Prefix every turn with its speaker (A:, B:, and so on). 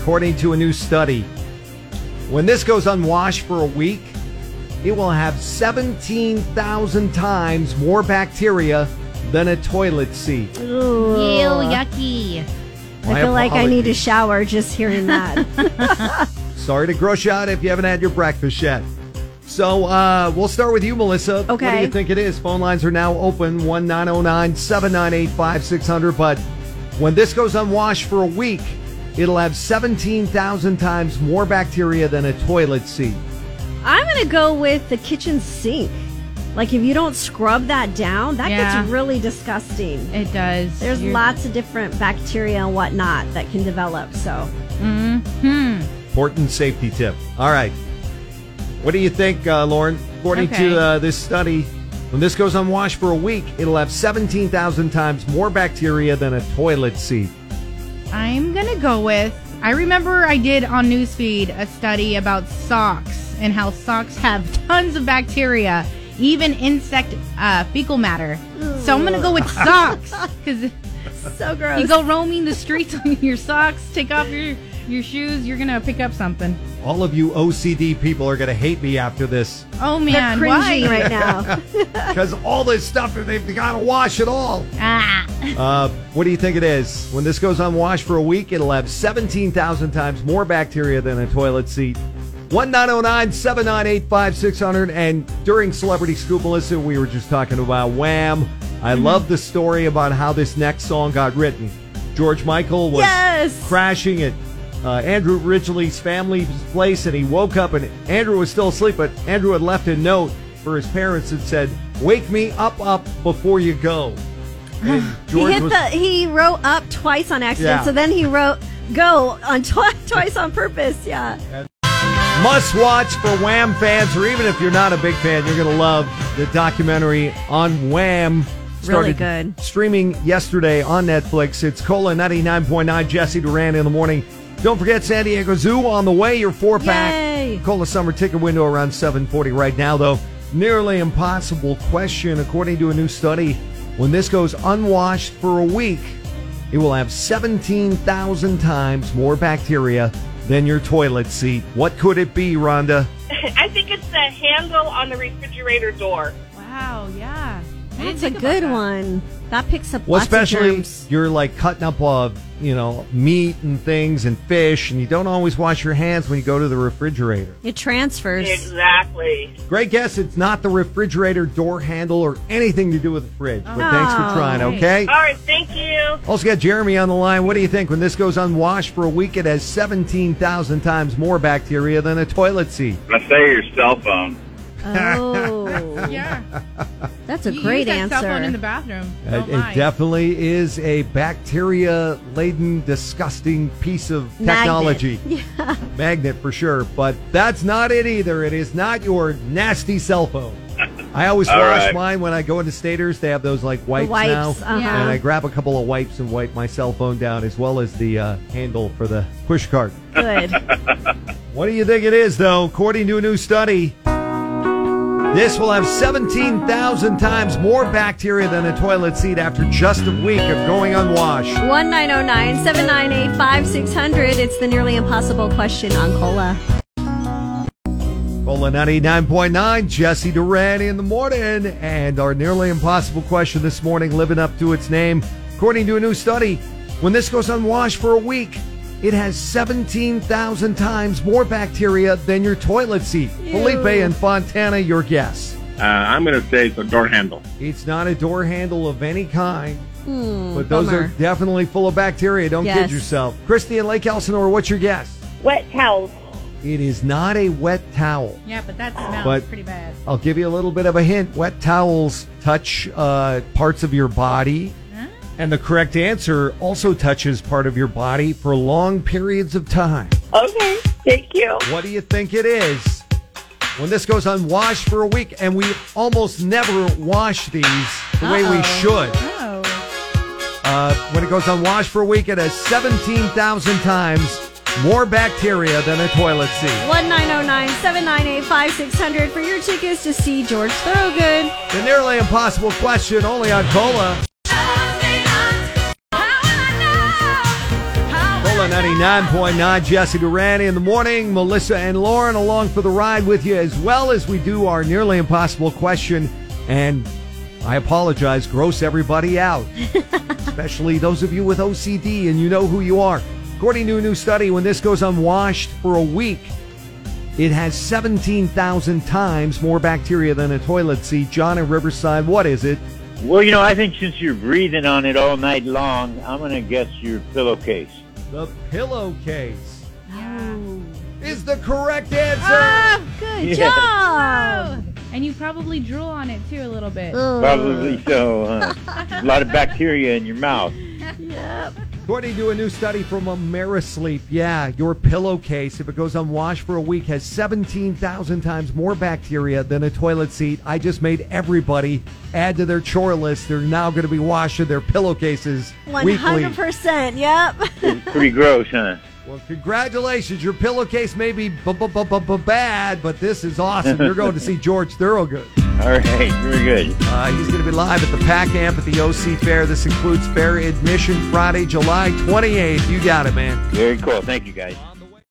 A: According to a new study, when this goes unwashed for a week, it will have 17,000 times more bacteria than a toilet seat.
B: Ew, yucky.
A: My
B: I feel like I need a
A: apologies.
B: shower just hearing that.
A: Sorry to gross you out if you haven't had your breakfast yet. So uh, we'll start with you, Melissa. What do
B: Okay.
A: you think it is? Phone lines are now open 1909 798 5600. But when this goes unwashed for a week, it'll have 17,000 times more bacteria than a toilet seat.
B: I'm going to go with the kitchen sink. Like, if you don't scrub that down, that
C: Yeah.
B: gets really disgusting.
C: It does.
B: There's
C: You're-
B: lots of different bacteria and whatnot that can develop. So,
A: Important safety tip. All right. What do you think, uh, Lauren? According
C: Okay.
A: to uh, this study, when this goes unwashed for a week, it'll have 17,000 times more bacteria than a toilet seat.
C: I'm gonna go with. I remember I did on Newsfeed a study about socks and how socks have tons of bacteria, even insect uh, fecal matter. So I'm gonna go with socks because
B: so gross.
C: you go roaming the streets in your socks, take off your your shoes, you're gonna pick up something.
A: All of you OCD people are going to hate me after this
C: Oh
B: They're
C: man,
B: cringing
C: why?
B: right now.
A: because all this stuff they've got to wash it all.
C: Ah,
A: Uh, what do you think it is? When this goes unwashed for a week, it'll have 17,000 times more bacteria than a toilet seat. 1909 798 5600. And during Celebrity Scoop, Melissa, we were just talking about Wham. I love the story about how this next song got written. George Michael was
B: Yes.
A: crashing at uh, Andrew Ridgely's family's place, and he woke up, and Andrew was still asleep, but Andrew had left a note for his parents that said, Wake me up, up before you go. And
B: he
A: George
B: hit
A: was
B: the, he wrote up twice on accident.
A: Yeah.
B: So then he wrote go on twi- twice on purpose. Yeah.
A: must watch for Wham fans, or even if you're not a big fan, you're going to love the documentary on Wham.
B: Really
A: Started
B: good.
A: Streaming yesterday on Netflix. It's Cola 99.9, Jesse Duran in the morning. Don't forget San Diego Zoo on the way, your four
B: Yay.
A: pack. Cola summer ticket window around 740 right now, though. Nearly impossible question. According to a new study, when this goes unwashed for a week, it will have 17,000 times more bacteria than your toilet seat. What could it be, Rhonda?
D: I think it's the handle on the refrigerator door.
C: wow, yeah. I didn't
B: That's a
C: think about
B: good
C: that.
B: one. That picks up
A: Well,
B: lots of
A: especially
B: germs.
A: you're like cutting up, uh, you know, meat and things and fish, and you don't always wash your hands when you go to the refrigerator.
B: It transfers.
D: Exactly.
A: Great guess. It's not the refrigerator door handle or anything to do with the fridge. But thanks for
B: Oh,
A: trying, okay?
D: All right, thank you.
A: Also got Jeremy on the line. What do you think? When this goes unwashed for a week, it has 17,000 times more bacteria than a toilet seat.
E: I say your cell phone.
B: Oh,
C: Yeah,
B: that's a
C: You use
B: great
C: that
B: answer.
C: Cell phone in the bathroom.
B: Oh,
A: Uh,
C: Don't lie.
A: it definitely is a bacteria laden, disgusting piece of
B: Magnet.
A: technology. Magnet for sure. But that's not it either. It is not your nasty cell phone. I always
E: All
A: wash
E: right.
A: mine when I go into Staters. They have those like wipes, now.
B: wipes, uh-huh.
C: Yeah.
A: And I grab a couple of wipes and wipe my cell phone down as well as the uh, handle for the push cart.
B: Good.
A: What do you think it is, though? According to a new study, this will have 17,000 times more bacteria than a toilet seat after just a week of going unwashed.
B: 1909 798 5600. It's the nearly impossible question on Cola.
A: Bola 99.9, Jesse Duran in the morning. And our nearly impossible question this morning, living up to its name. According to a new study, when this goes unwashed for a week, it has 17,000 times more bacteria than your toilet seat. Felipe and Fontana, your guess.
E: Uh, I'm going to say it's a door handle.
A: It's not a door handle of any kind, but those
B: Hmm, bummer.
A: are definitely full of bacteria. Don't
B: Yes.
A: kid yourself. Christy and Lake Elsinore, what's your guess?
D: Wet towels.
A: It is not a wet towel.
C: Yeah, but that smells
A: But-
C: pretty bad.
A: I'll give you a little bit of a hint. Wet towels touch uh, parts of your body, and the correct answer also touches part of your body for long periods of time.
D: Okay, thank you.
A: What do you think it is? When this goes unwashed for a week, and we almost never wash these the way we should.
C: Oh,
A: Uh, when it goes unwashed for a week, it has 17,000 times more bacteria than a toilet seat.
B: 1909 798 5600 for your tickets to see George Thorogood.
A: The nearly impossible question only on Cola. Cola on 99.9. Jesse Duran in the morning. Melissa and Lauren along for the ride with you as well as we do our nearly impossible question. And I apologize, gross everybody out, especially those of you with OCD and you know who you are. According to a new study, when this goes unwashed for a week, it has 17,000 times more bacteria than a toilet seat. John in Riverside, what is it?
F: Well, you know, I think since you're breathing on it all night long, I'm going to guess your pillowcase.
A: The pillowcase is the correct answer.
B: Good
F: Yeah.
B: job.
C: Oh, And you probably drool on it too a little bit.
F: Probably so. Huh? a lot of bacteria in your mouth.
A: According to a new study from Amerisleep, yeah, your pillowcase, if it goes unwashed for a week, has 17,000 times more bacteria than a toilet seat. I just made everybody add to their chore list. They're now going to be washing their pillowcases weekly.
B: 100%. Yep.
F: It's pretty gross, huh?
A: Well, congratulations. Your pillowcase may be bu- bu- bu- bu- bu- bad, but this is awesome. You're going to see George Thorogood.
F: All right, very good.
A: Uh, he's going to be live at the Pack Amp at the OC Fair. This includes fair admission Friday, July 28th. You got it, man.
F: Very cool. Thank you, guys.